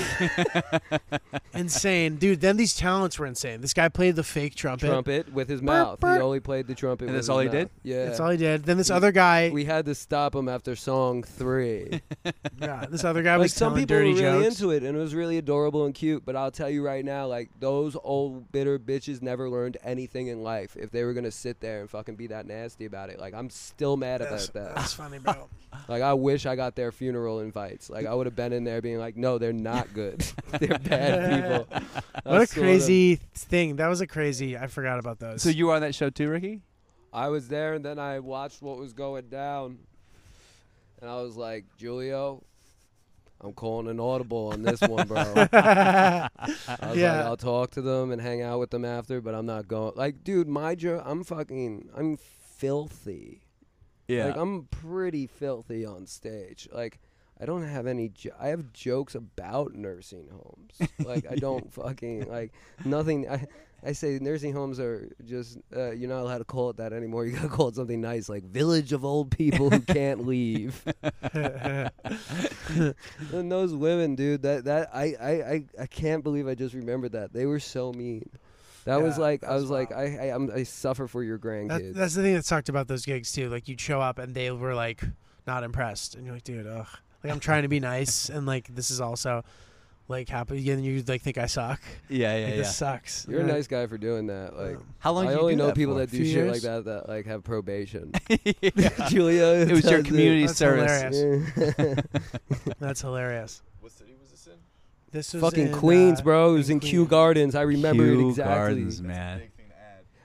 insane, dude. Then these talents were insane. This guy played the fake trumpet. Trumpet with his mouth. burp. He only played the trumpet. And with that's all his he mouth. did? Yeah. That's all he did. Then this other guy, we had to stop him after song three. yeah, this other guy like was some telling people dirty were really jokes. into it, and it was really adorable and cute. But I'll tell you right now, like those old bitter bitches never learned anything in life. If they were gonna sit there and fucking be that nasty about it, like I'm still mad That's, about that's funny, bro. that. Like I wish I got their funeral invites. Like I would have been in there being like, no, they're not good. they're bad people. what I a sort of- crazy thing. That was a crazy. I forgot about those. So you were on that show too, Ricky? I was there, and then I watched what was going down, and I was like, Julio, I'm calling an audible on this one, bro. I was like, Yeah. I'll talk to them and hang out with them after, but I'm not going. Like, dude, my joke, I'm fucking, I'm filthy. Yeah. Like I'm pretty filthy on stage. Like I don't have any. Jo- I have jokes about nursing homes. Like I don't fucking like nothing. I I say nursing homes are just uh, you're not allowed to call it that anymore. You gotta call it something nice, like village of old people who can't leave. and those women, dude. That that I I I, I can't believe I just remembered that. They were so mean. That was Yeah, like I that's was like wild. I I, I'm, I suffer for your That, grandkids. that's the thing that sucked about those gigs too. Like you'd show up and they were like not impressed, and you're like, dude, ugh. Like I'm trying to be nice, and like this is also like happy. Again, you like think I suck. yeah, yeah, like, yeah. This sucks. You're a And I- nice guy for doing that. Like Um, How long? I do you only do know that people for? that do Few shit like years? that that like have probation. Yeah. Julia, It was your does community That's service. hilarious. Yeah. That's hilarious. What city was this in? This was Fucking in, Queens, uh, bro. It was in Kew Queens. Gardens. I remember Kew it exactly. Gardens, man.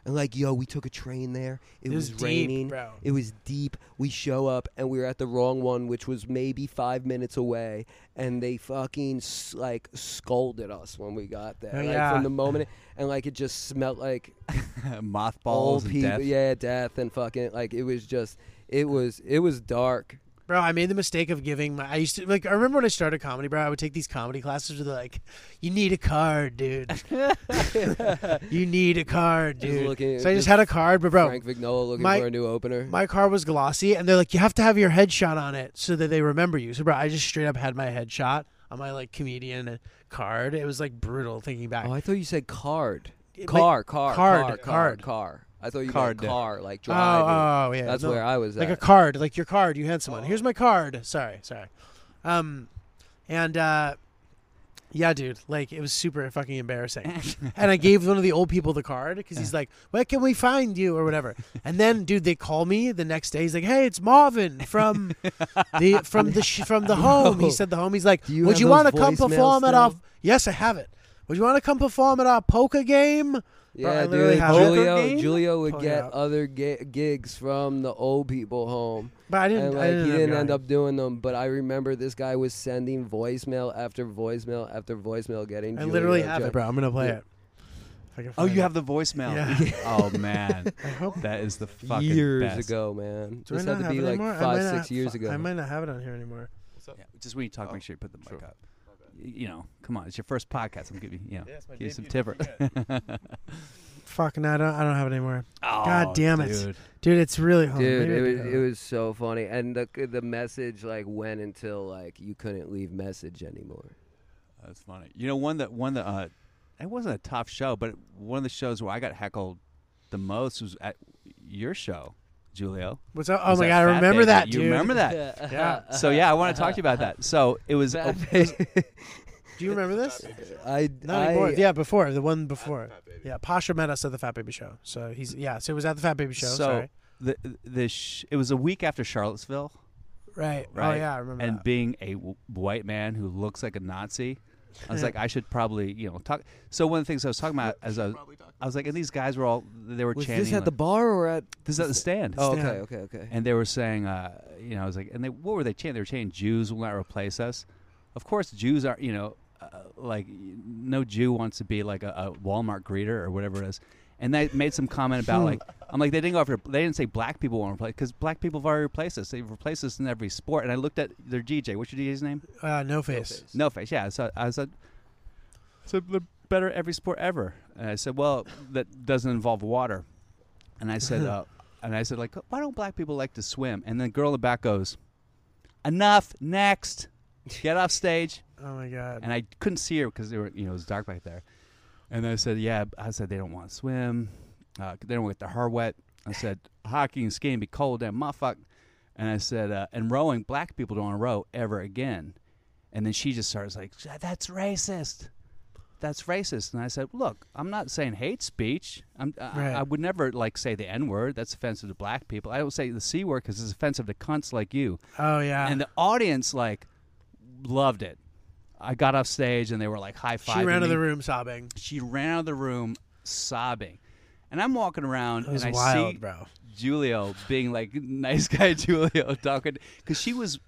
And like, yo, we took a train there. It, It was, was deep, raining. bro. It was deep. We show up and we were at the wrong one, which was maybe five minutes away. And they fucking s- like scolded us when we got there. Oh, like, yeah. From the moment, it- and like it just smelled like Mothballs old and people. death. Yeah, death and fucking like it was just it was it was dark. Bro, I made the mistake of giving my. I used to like. I remember when I started comedy, bro. I would take these comedy classes where they're like, "You need a card, dude. you need a card, Just dude." looking at- so I just just had a card, but bro, Frank Vignola looking my- for a new opener. my card was glossy, and they're like, "You have to have your headshot on it so that they remember you." So, bro, I just straight up had my headshot on my like comedian card. It was like brutal thinking back. oh, I thought you said card. It- Car, car, card, car, card. car. I thought you Card. meant car, like Oh, driving. oh, yeah, That's no. where I was like a at. card, like your card. You had someone. Oh. Here's my card. Sorry, sorry. Um, and uh, yeah, dude, like it was super fucking embarrassing. and I gave one of the old people the card because he's like, "Where can we find you?" or whatever. And then, dude, they call me the next day. He's like, "Hey, it's Marvin from the from the sh- from the home." He said the home. He's like, Do you "Would have you those want to come voicemails perform at our?" still? Yes, I have it. Would you want to come perform at our poker game? Bro, I yeah, literally dude. have- Poker game? Julio, Julio would Oh, get yeah. other gi- gigs from the old people home, But I and didn't. like I didn't, he end didn't up. end going. up doing them. But I remember this guy was sending voicemail after voicemail after voicemail, getting. I literally Julio have it, jokes. bro. I'm gonna play Yeah. it. If I can Oh, find you it. have the voicemail. Yeah. Oh man, I hope. that is the fucking years best. ago, man. Do this I had not to have be it like anymore? I five, might not- six years fu- ago. I might not have it on here anymore. Yeah, just when you Oh, talk, make sure you put the mic sure. up. You know, come on, it's your first podcast. I'm giving you, you know, Yeah, it's my give you some debut, tiver. don't Fuck, no, I don't. I don't have it anymore, Oh, damn it. dude. dude. It's really. Hold on, Dude, maybe I do it was have it was so funny, and the the message like went until like you couldn't leave message anymore. That's funny. You know, one that one that uh, it wasn't a tough show, but one of the shows where I got heckled the most was at your show, Julio. What's up? Oh Was my that god, I Fat remember Baby. that, You dude. remember that? Yeah. So yeah, I want to talk to you about that. So it was Bad oh, baby. Do you remember this? I, Not I- anymore. Yeah, before the one before. Yeah, Pasha met us at the Fat Baby show. So he's yeah. So it was at the Fat Baby show. So- sorry. the the sh- it was a week after Charlottesville, Right. right? Oh yeah, I remember. And that. being a w- white man who looks like a Nazi, I was like, I should probably you know talk. So one of the things I was talking about as I was, I was like, and these guys were all they were was chanting. this at like- the bar or at? this is at the stand. Oh, Stand. okay, okay, okay. and they were saying, uh, you know, I was like, and they what were they chanting? They were chanting, "Jews will not replace us." Of course, Jews are, you know, uh, like no Jew wants to be like a, a Walmart greeter or whatever it is. And they made some comment about like, I'm like, they didn't go after, they didn't say black people won't replace because black people have already replaced us. They've replaced us in every sport. And I looked at their DJ. What's your DJ's name? uh, no face. No face. Yeah. So I said, so the better every sport ever. And I said, well, that doesn't involve water. And I said, uh, and I said, like, why don't black people like to swim? And the girl in the back goes, enough. Next, get off stage. Oh my god. And I couldn't see her because they were, you know, it was dark back there. And I said, yeah. I said they don't want to swim. Uh, they don't want their hair wet. I said hockey and skiing be cold damn motherfucker. And I said, uh, and rowing, black people don't want to row ever again. And then she just starts like, that's racist. That's racist. And I said, look, I'm not saying hate speech. I'm, I, Right. I would never like say the N word. That's offensive to black people. I don't say the C word because it's offensive to cunts like you. Oh yeah. And the audience like loved it. I got off stage and they were like high five. she ran out of the room sobbing. She ran out of the room sobbing. And I'm walking around It was and I wild, see bro. Julio being like nice guy Julio talking because she was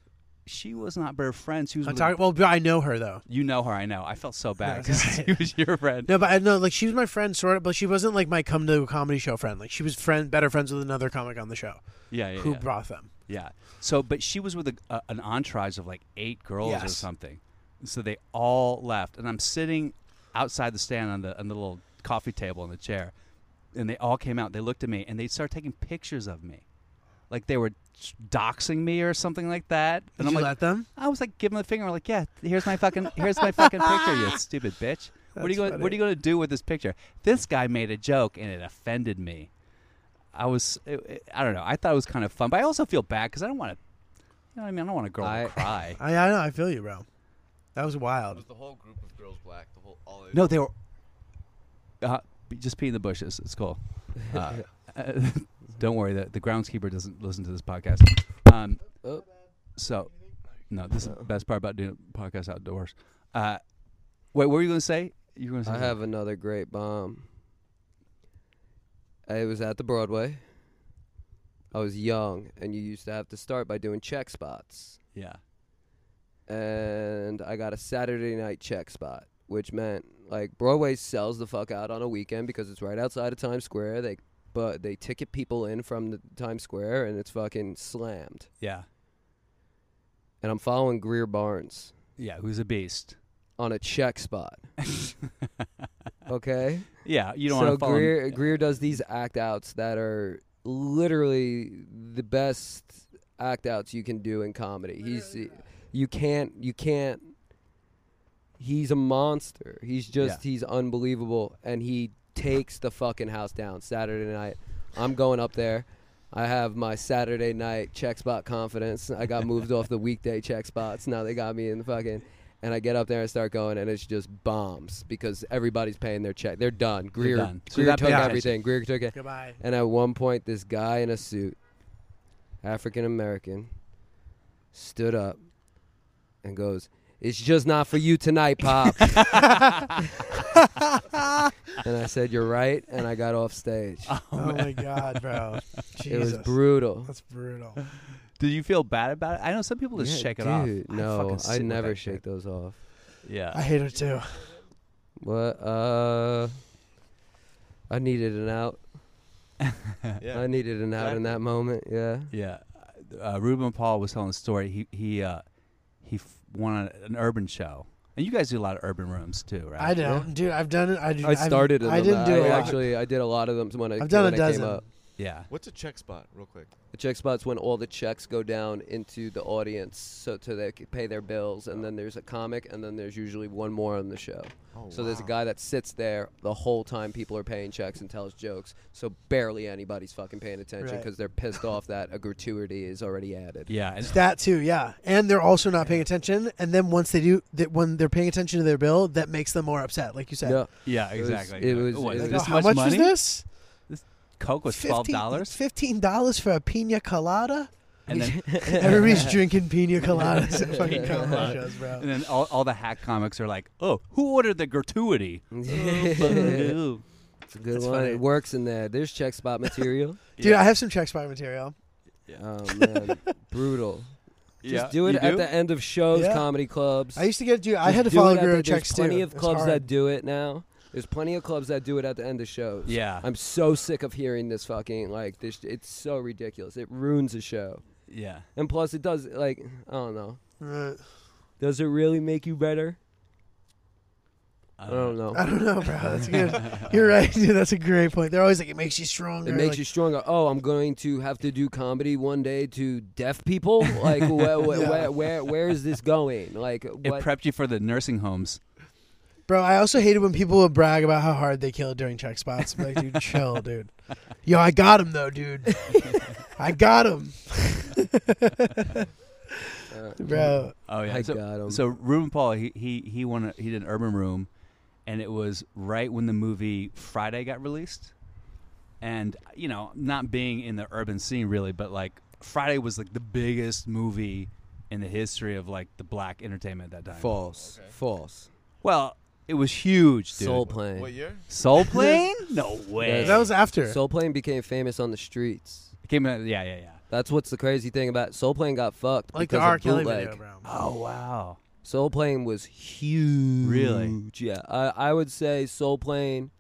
she was not her friend. She was I'm with- talking. Well, I know her though. you know her. I know. I felt so bad because That's right. she was your friend. No, but I know like she was my friend sort of, but she wasn't like my come to a comedy show friend. Like she was friend better friends with another comic on the show Yeah, yeah, who yeah. brought them. Yeah. So, but she was with a, a, an entourage of like eight girls or Yes. something. So they all left, and I'm sitting outside the stand on the on the little coffee table in the chair, and they all came out. They looked at me, and they started taking pictures of me, like they were doxing me or something like that. Did And you I'm like, let them? I was like, giving them the finger. I'm like, yeah, here's my fucking here's my fucking picture. You stupid bitch. what are you That's going What funny. are you going to do with this picture? This guy made a joke, and it offended me. I was, it, it- I don't know. I thought it was kind of fun, but I also feel bad because I don't want to. You know what I mean? I don't want a girl I- to cry. I I know. I feel you, bro. That was wild. Was the whole group of girls black? The whole all. no, they were. Uh, just pee in the bushes. It's cool. Uh, uh, don't worry. The, the groundskeeper doesn't listen to this podcast. Um, Oh. so, no, this is the best part about doing a podcast outdoors. Uh, wait, what were you going to say? You were going to say I something. have another great bomb. I was at the Broadway. I was young, and you used to have to start by doing check spots. Yeah. and I got a Saturday night check spot, which meant like Broadway sells the fuck out on a weekend because it's right outside of Times Square. They but they ticket people in from the Times Square and it's fucking slammed. Yeah. And I'm following Greer Barnes Yeah. Who's a beast? on a check spot. Okay, yeah. You don't so want to follow. Greer Greer does these act outs that are literally the best act outs you can do in comedy. He's you can't you can't he's a monster. He's just he's unbelievable and he takes the fucking house down Saturday night. I'm going up there. I have my Saturday night check spot confidence. I got moved off the weekday check spots. Now they got me in the fucking and I get up there and start going and it's just bombs because everybody's paying their check. They're done. Greer, done. So Greer that took pays everything. Greer took it. Goodbye. And at one point, this guy in a suit, African American, stood up and goes, It's just not for you tonight, Pop. and I said, You're right. And I got off stage. Oh my god, bro. it Jesus. was brutal. That's brutal. Did you feel bad about it? I know some people just Yeah, shake it off. dude, I No, fucking I, sit with never that shake shit. those off. Yeah. I hate her too. What? Uh. I needed an out. I needed an out in that moment. Yeah. Yeah, uh, Ruben Paul was telling a story. He he uh, he f- won a, an urban show, and you guys do a lot of urban rooms too, right? I don't, dude. I've done it. I, do, I started. In I them. didn't do I it Actually, I did a lot of them when I. I've done a when I dozen. Came up. Yeah, What's a check spot, real quick? The check spot's when all the checks go down into the audience, so to they c- pay their bills, and then there's a comic, and then there's usually one more on the show. Oh, so there's a guy that sits there the whole time people are paying checks and tells jokes, so barely anybody's fucking paying attention Right. because they're pissed off that a gratuity is already added. yeah, and, That too, yeah. And they're also not paying attention. And then once they do, that when they're paying attention to their bill, that makes them more upset. Like you said, Yeah. yeah, was- exactly. it was- What, is it was- Like, this oh, how much much money? was this? Coke was twelve dollars, Fifteen dollars for a pina colada. and then Everybody's drinking pina coladas at fucking comedy shows, and bro. then all, all the hack comics are like, "Oh, who ordered the gratuity?" it's a good That's one. funny. It works in there. There's check spot material. Dude, I have some check spot material. oh man, brutal. Yeah, Just do it you at the end of shows, Yeah. comedy clubs. I used to get, dude. I Just had to do it follow at the- Guru there's checks too. plenty of It's clubs hard. that do it now. There's plenty of clubs that do it at the end of shows. Yeah, I'm so sick of hearing this fucking like this. It's so ridiculous. It ruins a show, yeah. and plus it does like I don't know. Right. Does it really make you better? I I don't know. don't know. I don't know, bro. That's good. You're right, dude. That's a great point. They're always like, it makes you stronger. It makes like, you stronger. Oh, I'm going to have to do comedy one day to deaf people. Like, where, where, Yeah. where, where, where is this going? Like, It what? prepped you for the nursing homes. Bro, I also hated when people would brag about how hard they killed during check spots. I'm like, dude, chill, dude. Yo, I got him though, dude. I got him, Uh, bro. Oh yeah, I so, got 'em. So Ruben Paul, he he he won. A, he did an urban room, and it was right when the movie Friday got released. And you know, not being in the urban scene really, but like Friday was like the biggest movie in the history of like the black entertainment at that time. false, false. Well, it was huge, dude. Soul plane. What year? Soul Plane? no way. Yes. That was after. Soul Plane became famous on the streets. It came out. Yeah, yeah, yeah. That's what's the crazy thing about Soul Plane got fucked Like the because R. of Kelly bootleg. video, bro. Oh wow. Soul Plane was huge. Really? Yeah. I, I would say Soul Plane.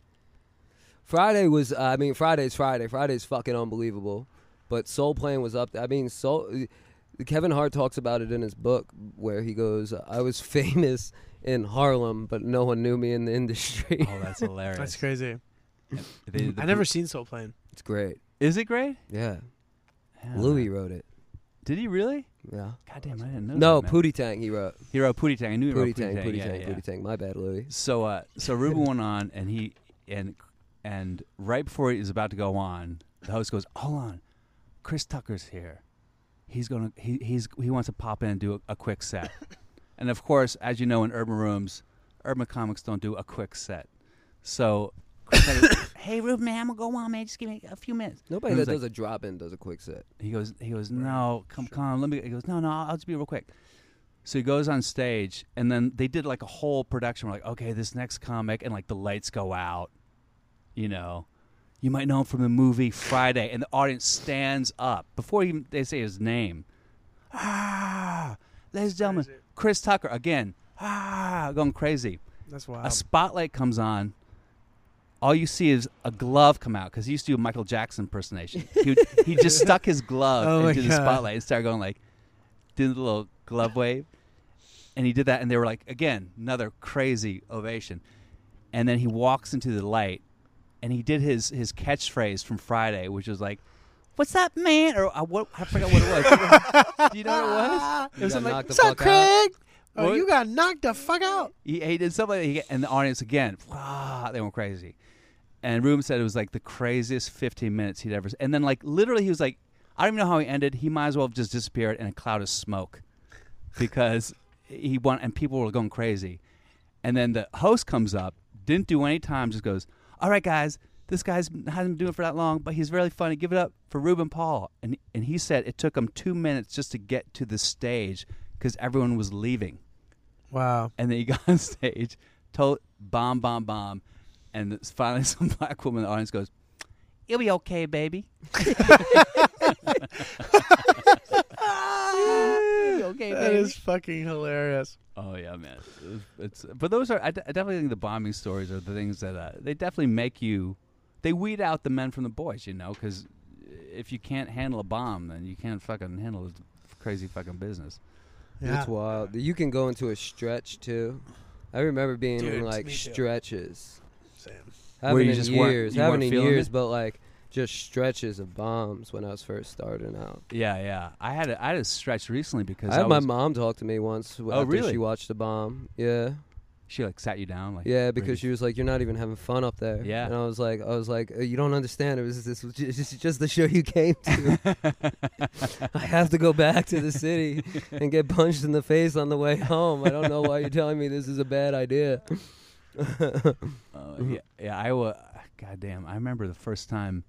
Friday was. uh, I mean, Friday's Friday. Friday's fucking unbelievable. But Soul Plane was up. I mean, Soul. Kevin Hart talks about it in his book where he goes, "I was famous in Harlem, but no one knew me in the industry." Oh, that's hilarious. That's crazy. They did the I never boot- seen Soul Plane. It's great. Is it great? Yeah. Yeah. Louis wrote it. Did he really? Yeah. God damn, I didn't know. No, that, man. Pootie Tang he wrote. He wrote Pootie Tang. I knew he Pootie wrote Tang, Tang. Pootie yeah, Tang, yeah. Pootie Tang. My bad, Louis. So uh, so Ruben went on, and he and and right before he was about to go on, the host goes, "Hold on, Chris Tucker's here. He's gonna he he's he wants to pop in and do a, a quick set." and of course, as you know, in urban rooms, urban comics don't do a quick set. So, Chris Tucker, hey Ruben, man, I'm gonna go on, man. Just give me a few minutes. Nobody And that he's like, does a drop in does a quick set. He goes, he goes, no, come, come, let me. He goes, no, no, I'll just be real quick. So he goes on stage, and then they did like a whole production. We're like, okay, this next comic, and like the lights go out. You know, you might know him from the movie Friday, and the audience stands up before even they say his name. Ah, ladies and gentlemen, Chris Tucker again. Ah, going crazy That's wild. a spotlight comes on. All you see is a glove come out because he used to do a Michael Jackson impersonation. He, would- he just stuck his glove Oh my into the God. spotlight and started going like, did the little glove wave, and he did that, and they were like, again, another crazy ovation, and then he walks into the light, and he did his his catchphrase from Friday, which was like, "What's up, man?" or I, what, I forgot what it was. do you know what it was? It You was got something like, knocked the What's up, fuck out. Craig? Oh, What? you got knocked the fuck out. he, he did something like he, and the audience again wow they went crazy and Ruben said it was like the craziest 15 minutes he'd ever s- and then like literally he was like i don't even know how he ended he might as well have just disappeared in a cloud of smoke because he won and people were going crazy and then the host comes up didn't do any time just goes all right guys this guy's hasn't been doing it for that long but he's really funny give it up for Ruben paul and, and he said it took him two minutes just to get to the stage because everyone was leaving Wow. and then he got on stage, told bomb, bomb, bomb, and it's finally some black woman in the audience goes, "You'll be okay, baby." okay, That is fucking hilarious. Oh yeah, man. It was- It's but those are I, de- I definitely think the bombing stories are the things that uh, they definitely make you. They weed out the men from the boys, you know, because if you can't handle a bomb, then you can't fucking handle this crazy fucking business. Yeah. It's wild. You can go into a stretch too. I remember being Dude, in like me too. stretches. Same. Haven't you in just weren't- years. you Haven't weren't in feeling years, it? but like just stretches of bombs when I was first starting out. Yeah, yeah. I had a, I had a stretch recently because I I had my was- mom talk to me once w- Oh, after really? she watched the bomb. Yeah. she like sat you down like Yeah, "Ruben, because she was like, "You're not even having fun up there." Yeah. and I was like, "I was like, uh, you don't understand. It was this was ju- this is just the show you came to. I have to go back to the city and get punched in the face on the way home. I don't know why you're telling me this is a bad idea." Uh, yeah, yeah, I wa God damn, I remember the first time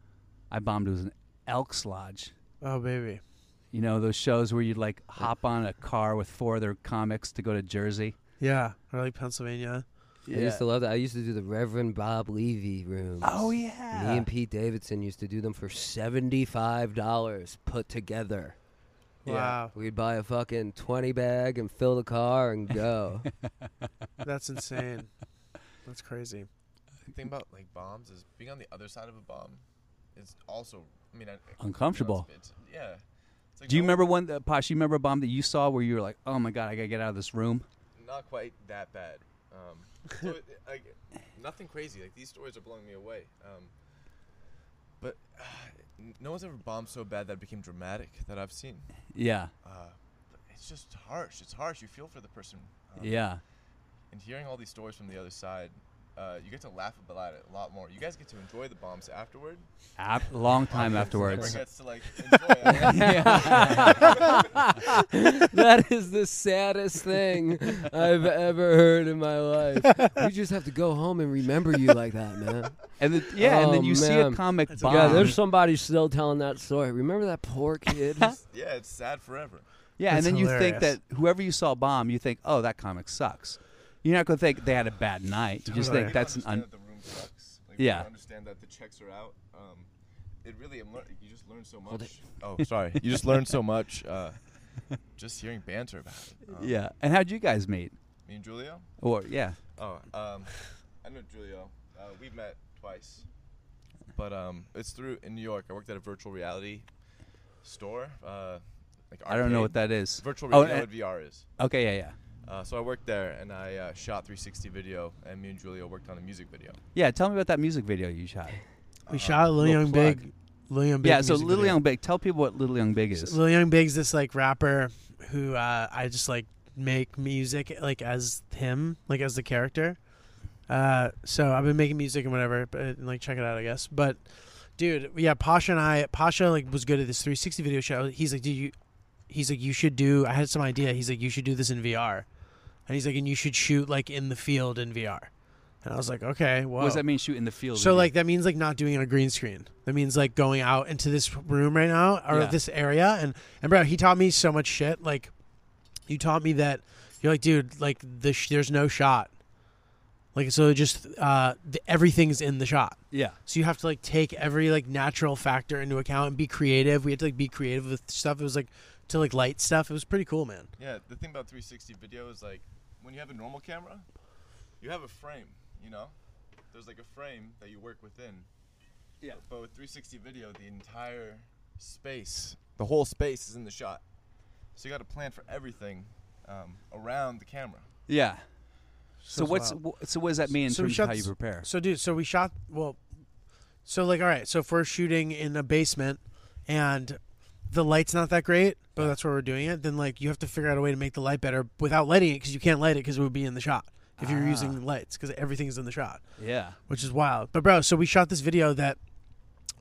I bombed was an Elks Lodge. Oh baby. You know those shows where you'd like hop on a car with four other comics to go to Jersey. Yeah. Or like Pennsylvania. I used to love that. I used to do the Reverend Bob Levy rooms. Oh Me yeah. and Pete Davidson used to do them for seventy-five dollars put together. Wow. We'd buy a fucking twenty bag and fill the car and go. That's insane. That's crazy. The thing about like bombs is being on the other side of a bomb is also. I mean, I, I know it's- Uncomfortable. it's- yeah. It's like Do you no- remember one, uh, Posh? You remember a bomb that you saw where you were like, "Oh my god, I gotta get out of this room." Not quite that bad. Um, so it, I, nothing crazy. Like these stories are blowing me away. Um, but uh, no one's ever bombed so bad that it became dramatic that I've seen. Yeah, Uh, but it's just harsh. It's harsh. You feel for the person. Um, yeah. And hearing all these stories from the other side, uh, you get to laugh about it a lot more. You guys get to enjoy the bombs afterward. Ab- long time afterwards. Everyone gets to like enjoy it. that is the saddest thing I've ever heard in my life. We just have to go home and remember you like that, man. And the, yeah, and then Oh, you see a man. comic bomb. Yeah, Um, there's somebody still telling that story. Remember that poor kid? yeah, it's sad forever. Yeah, and That's then you think hilarious. that whoever you saw bomb, you think, oh, that comic sucks. You're not going to think they had a bad night. You just Totally. think that's an understand un- that the room sucks. Like, Yeah. People understand that the checks are out. Um, it really am lear- you just learn so much. Oh, sorry. You just learn so much. Uh, just hearing banter about it. Uh-huh. Um, yeah. And how'd you guys meet? Me and Julio. Or yeah. Oh, um, I know Julio. Uh, we've met twice, but um, it's through in New York. I worked at a virtual reality store. Uh, like I don't know arcade. what that is. Virtual Oh, reality and- VR is. Okay. Yeah. Yeah. Uh, so I worked there, and I uh, shot 360 video, and me and Julio worked on a music video. Yeah. Tell me about that music video you shot. We shot Lil little Young plug. Big. Lil Young Big. yeah. So music Little video. Young Big. Tell people what Little Young Big is. Lil Young Big's this like rapper who uh, I just like make music like as him, like as the character. Uh, so I've been making music and whatever, but and, like check it out, I guess. But dude, yeah, Pasha and I, Pasha like was good at this 360 video show. He's like, do you? He's like, you should do. I had some idea. He's like, you should do this in VR, and he's like, and you should shoot like in the field in VR. And I was like, okay, well, What does that mean? Shoot in the field. so video? like that means like not doing it on a green screen. That means like going out into this room right now or Yeah. this area and and bro, he taught me so much shit. Like you taught me that you're like, dude, like the sh- there's no shot. Like so, just uh, the, everything's in the shot. Yeah. So you have to like take every like natural factor into account and be creative. We had to like be creative with stuff. It was like to like light stuff. It was pretty cool, man. Yeah, the thing about 360 video is like when you have a normal camera, you have a frame, you know? There's like a frame that you work within. Yeah. But with 360 video, the entire space, the whole space is in the shot. So you got to plan for everything um, around the camera. Yeah. So it's what's wild. wh- so what does that mean in So we terms shot of how you this- prepare? So, dude, so we shot. Well, so like, all right. So if we're shooting in a basement and the light's not that great, but that's where we're doing it, then like you have to figure out a way to make the light better without lighting it because you can't light it because it would be in the shot if you're Ah. using lights because everything's in the shot, Yeah. which is wild. But bro, so we shot this video that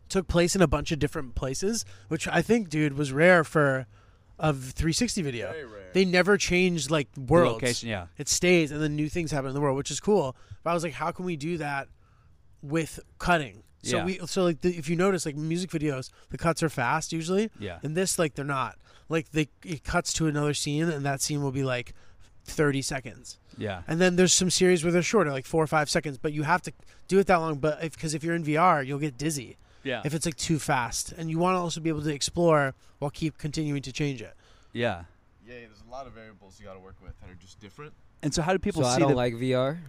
took place in a bunch of different places, which I think, dude, was rare for a 360 video. Very rare. They never changed like worlds. location, yeah. It stays and then new things happen in the world, which is cool. But I was like, how can we do that with cutting? So Yeah. we so like the, if you notice like music videos, the cuts are fast usually. Yeah. And this like they're not. Like they it cuts to another scene and that scene will be like 30 seconds. Yeah. And then there's some series where they're shorter, like four or five seconds, but you have to do it that long. But if because if you're in VR, you'll get dizzy Yeah. if it's like too fast, and you want to also be able to explore while keep continuing to change it. yeah. Yeah, there's a lot of variables you got to work with that are just different. And so how do people so see I don't the like VR.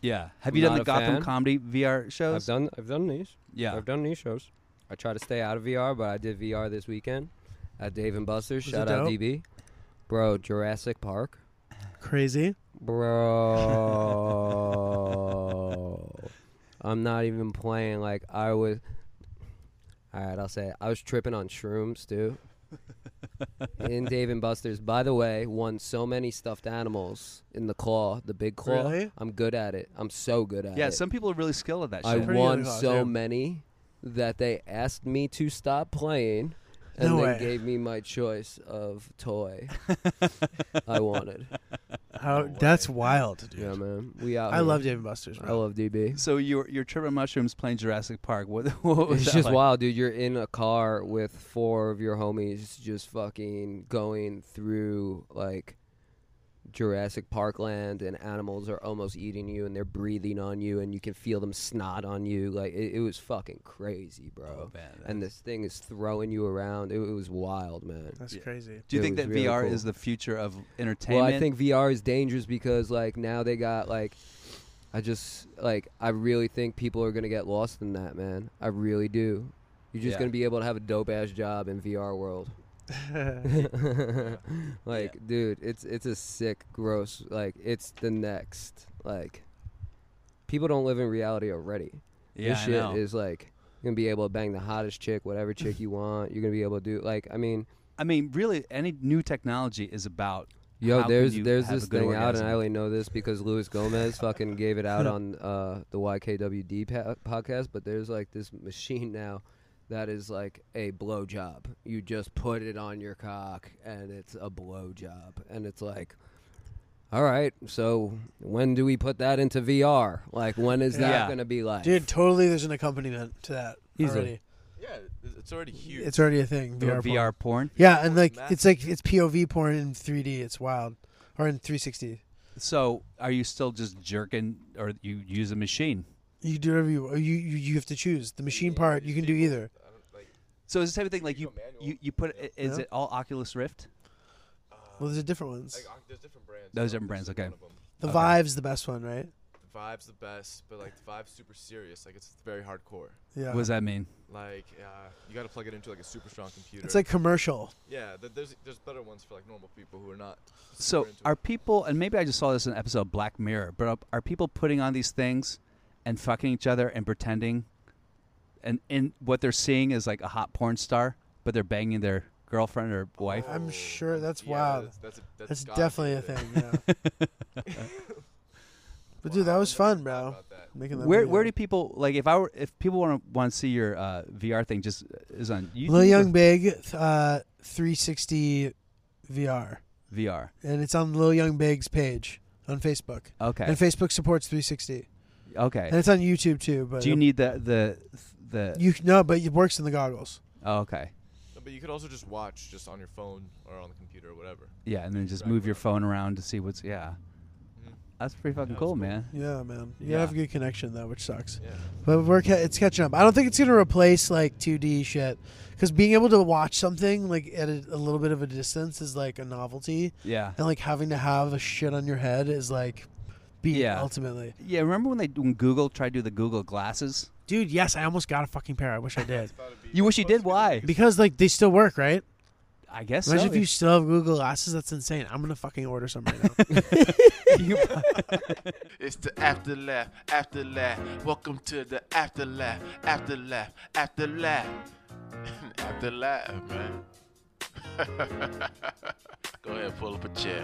Yeah. Have I'm you done not the a Gotham fan. comedy VR I've shows? done I've done these. yeah. I've done these shows. I try to stay out of VR, but I did VR this weekend at Dave and Buster's. Was it Shout out dope? DB, bro. Jurassic Park, Crazy. bro. I'm not even playing. Like I was. All right, I'll say it. I was tripping on shrooms too. in Dave and Buster's, by the way, won so many stuffed animals in the claw, the big claw. Really? I'm good at it. I'm so good at yeah. it. Some people are really skilled at that I shit. Pretty won good cause, so yeah. many that they asked me to stop playing and No then way. gave me my choice of toy I wanted. How, that's wild, dude. Yeah, man. We out I here. love Dave and Buster's. I Bro. love DB. So you're you're tripping mushrooms playing Jurassic Park. What, what was It's that just like? wild, dude. You're in a car with four of your homies just fucking going through like Jurassic Park land and animals are almost eating you and they're breathing on you and you can feel them snot on you. Like it, it was fucking crazy, bro. Oh, man, and this thing is throwing you around. It, it was wild, man. That's Yeah. crazy. Do you It think was that really VR cool. is the future of entertainment? Well, I think VR is dangerous because like now they got like I just like I really think people are gonna get lost in that, man. I really do. You're just Yeah. gonna be able to have a dope ass job in VR world. like, dude, it's it's a sick, gross. Like, it's the next. Like, people don't live in reality already. yeah, this I shit know. is like you're gonna be able to bang the hottest chick, whatever chick you want. You're gonna be able to do like, I mean, I mean, really, any new technology is about. Yo, how can there's you there's have a this good thing out, and I orgasm? only know this because Luis Gomez fucking gave it out on uh, the YKWd pa- podcast. But there's like this machine now that is like a blowjob. You just put it on your cock, and it's a blowjob, and it's like. All right, so when do we put that into VR? Like, when is that Yeah. going to be like? Dude, totally. There's an accompaniment to that Easily. already. Yeah, it- it's already huge. It's already a thing. Or VR. porn. VR porn. Yeah, and like Massive. it's like it's POV porn in 3D. It's wild, or in 360. So are you still just jerking, or you use a machine? You do whatever you you you, you have to choose the machine part. You can do either. I don't, So it's the type of thing like you You go manual. you, you put it, is Yeah. it all Oculus Rift? Well, there's different ones. Like, uh, there's different brands. Those so different brands, there's, like, okay. one of 'em. The okay. Vive's the best one, right? The vibe's the best, but like the vibe's super serious. Like it's very hardcore. Yeah. What does that mean? Like uh, you got to plug it into like a super strong computer. It's like commercial. yeah, th- there's there's better ones for like normal people who are not. super So into are it. people and maybe I just saw this in an episode of Black Mirror, but are, are people putting on these things and fucking each other and pretending and and what they're seeing is like a hot porn star, but they're banging their girlfriend or wife? I'm sure that's yeah, wild. That's, that's, a, that's, That's gotta definitely be a a thing. Yeah. but dude, that Wow, was I never fun, thought bro. about that. Making that Where video. where do people like if I were if people want to want to see your uh, VR thing just uh, is on YouTube Lil or Young Big uh, 360 VR, VR. and it's on Lil Young Big's page on Facebook, Okay. and Facebook supports 360, and Okay. it's on YouTube too. But Do you need the the the you no, but it works in the goggles. oh, okay. No, but you could also just watch just on your phone or on the computer or whatever. Yeah, and then just Right, move your right. phone around to see what's yeah. Mhm. That's pretty fucking Yeah, cool, that's cool. man. Yeah, man. You Yeah. gotta have a good connection though, which sucks. Yeah. But we're ca- it's catching up. I don't think it's gonna replace like 2D shit, because being able to watch something like at a, a little bit of a distance is like a novelty, Yeah. and like having to have a shit on your head is like, beat Yeah. ultimately. Yeah, remember when they when Google tried to do the Google glasses? Dude, yes, I almost got a fucking pair. I wish I did. You wish you did. Why? Because like they still work, right? I guess Imagine so. if you still have Google Glasses. That's insane. I'm gonna fucking order some right now. It's the afterlife, afterlife. Welcome to the afterlife, afterlife, afterlife. afterlife, man. Go ahead, pull up a chair.